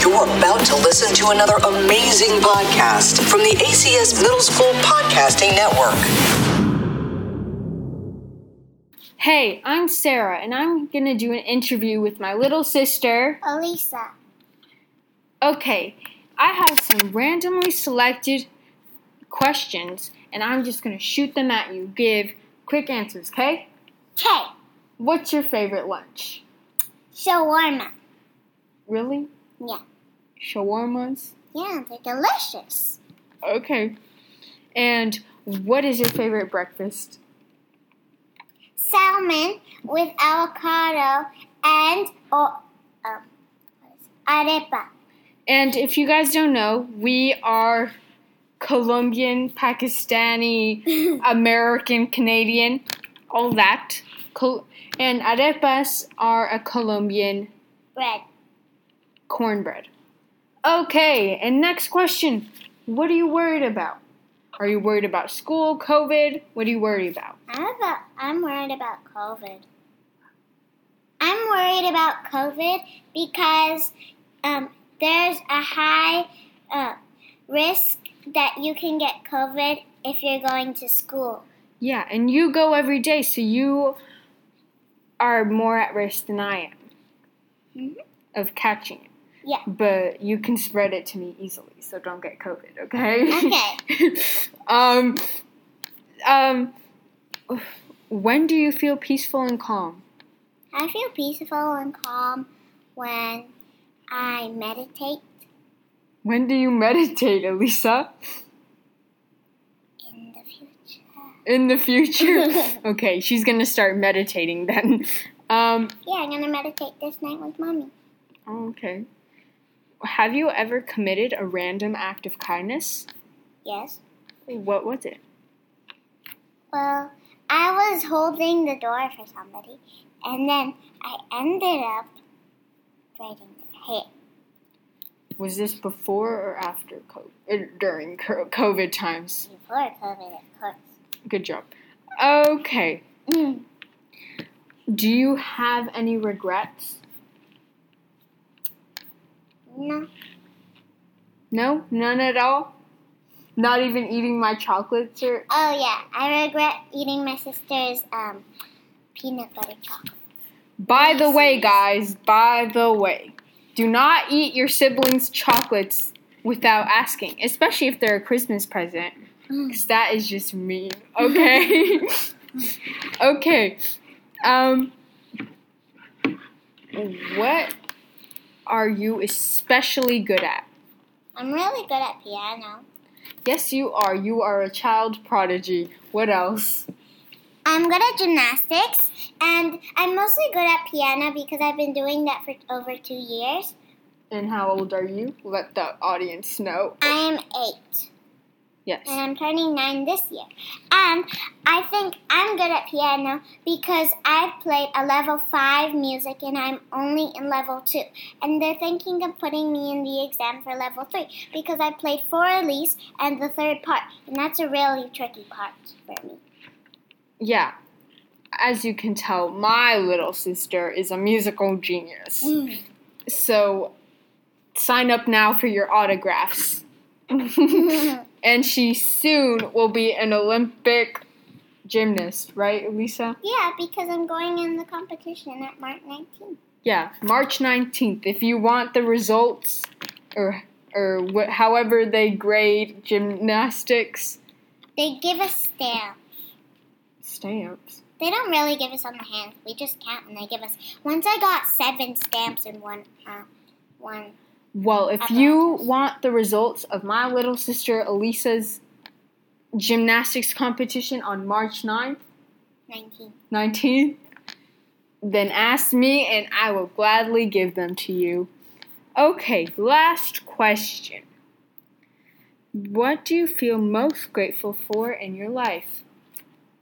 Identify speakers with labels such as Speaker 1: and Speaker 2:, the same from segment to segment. Speaker 1: You're about to listen to another amazing podcast from the ACS Middle School Podcasting Network.
Speaker 2: Hey, I'm Sarah, and I'm going to do an interview with my little sister.
Speaker 3: Elisa.
Speaker 2: Okay, I have some randomly selected questions, and I'm just going to shoot them at you. Give quick answers, okay?
Speaker 3: K.
Speaker 2: What's your favorite lunch?
Speaker 3: Shawarma.
Speaker 2: Really?
Speaker 3: Yeah.
Speaker 2: Shawarmas?
Speaker 3: Yeah, they're delicious.
Speaker 2: Okay. And what is your favorite breakfast?
Speaker 3: Salmon with avocado and or um, arepa.
Speaker 2: And if you guys don't know, we are Colombian, Pakistani, American, Canadian, all that. Col- and arepas are a Colombian
Speaker 3: Bread.
Speaker 2: cornbread. Okay, and next question. What are you worried about? Are you worried about school, COVID? What are you worried about?
Speaker 3: I'm about, I'm worried about COVID. I'm worried about COVID because um, there's a high uh, risk that you can get COVID if you're going to school.
Speaker 2: Yeah, and you go every day, so you are more at risk than I am of catching it.
Speaker 3: Yeah.
Speaker 2: But you can spread it to me easily, so don't get COVID, okay?
Speaker 3: Okay.
Speaker 2: Okay. um, um, when do you feel peaceful and calm?
Speaker 3: I feel peaceful and calm when I meditate
Speaker 2: When do you meditate, Elisa?
Speaker 3: in the future.
Speaker 2: in the future. okay, she's gonna start meditating then. Um,
Speaker 3: Yeah, I'm gonna meditate this night with mommy.
Speaker 2: okay. Have you ever committed a random act of kindness?
Speaker 3: Yes.
Speaker 2: What was it?
Speaker 3: Well, I was holding the door for somebody, and then I ended up braiding their hair.
Speaker 2: Was this before or after COVID? During co- COVID times.
Speaker 3: Before COVID, of course.
Speaker 2: Good job. Okay.
Speaker 3: Mm.
Speaker 2: Do you have any regrets?
Speaker 3: No.
Speaker 2: No, none at all. Not even eating my chocolates or
Speaker 3: Oh yeah, I regret eating my sister's um, peanut butter chocolate.
Speaker 2: By the way, guys, by the way, do not eat your siblings' chocolates without asking, especially if they're a Christmas present, because that is just mean. Okay. okay. Um, what are you especially good at?
Speaker 3: I'm really good at piano.
Speaker 2: Yes, you are. You are a child prodigy. What else?
Speaker 3: I'm good at gymnastics, and I'm mostly good at piano because I've been doing that for over two years.
Speaker 2: And how old are you? Let the audience know.
Speaker 3: I am eight,
Speaker 2: Yes.
Speaker 3: and I'm turning nine this year. And I think I'm good at piano because I've played a level five music, and I'm only in level two. And they're thinking of putting me in the exam for level three because I played four Elise and the third part, and that's a really tricky part for me.
Speaker 2: Yeah. As you can tell, my little sister is a musical genius. So sign up now for your autographs. and she soon will be an Olympic gymnast, right, Elisa?
Speaker 3: Yeah, because I'm going in the competition at March 19.
Speaker 2: Yeah, March 19th. If you want the results or or wh- however they grade gymnastics
Speaker 3: They give us stamps.
Speaker 2: stamps.
Speaker 3: They don't really give us on the hand. We just count and they give us. Once I got seven stamps in one, uh, one.
Speaker 2: Well, if you want the results of my little sister Elisa's gymnastics competition on March 9th,
Speaker 3: 19.
Speaker 2: 19th, then ask me and I will gladly give them to you. Okay, last question. What do you feel most grateful for in your life?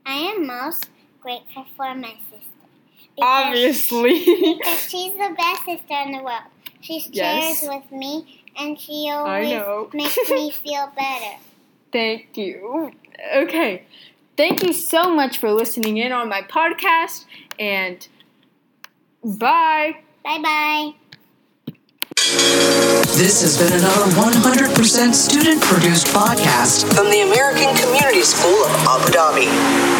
Speaker 3: I am most grateful for my sister. Because,
Speaker 2: Obviously.
Speaker 3: Because she's the best sister in the world. She shares
Speaker 2: Yes.
Speaker 3: with me and she always
Speaker 2: know.
Speaker 3: makes me feel better.
Speaker 2: Thank you. Okay. Thank you so much for listening in on my podcast and bye.
Speaker 3: Bye bye.
Speaker 1: This has been another 100% student produced podcast from the American Community School of Abu Dhabi.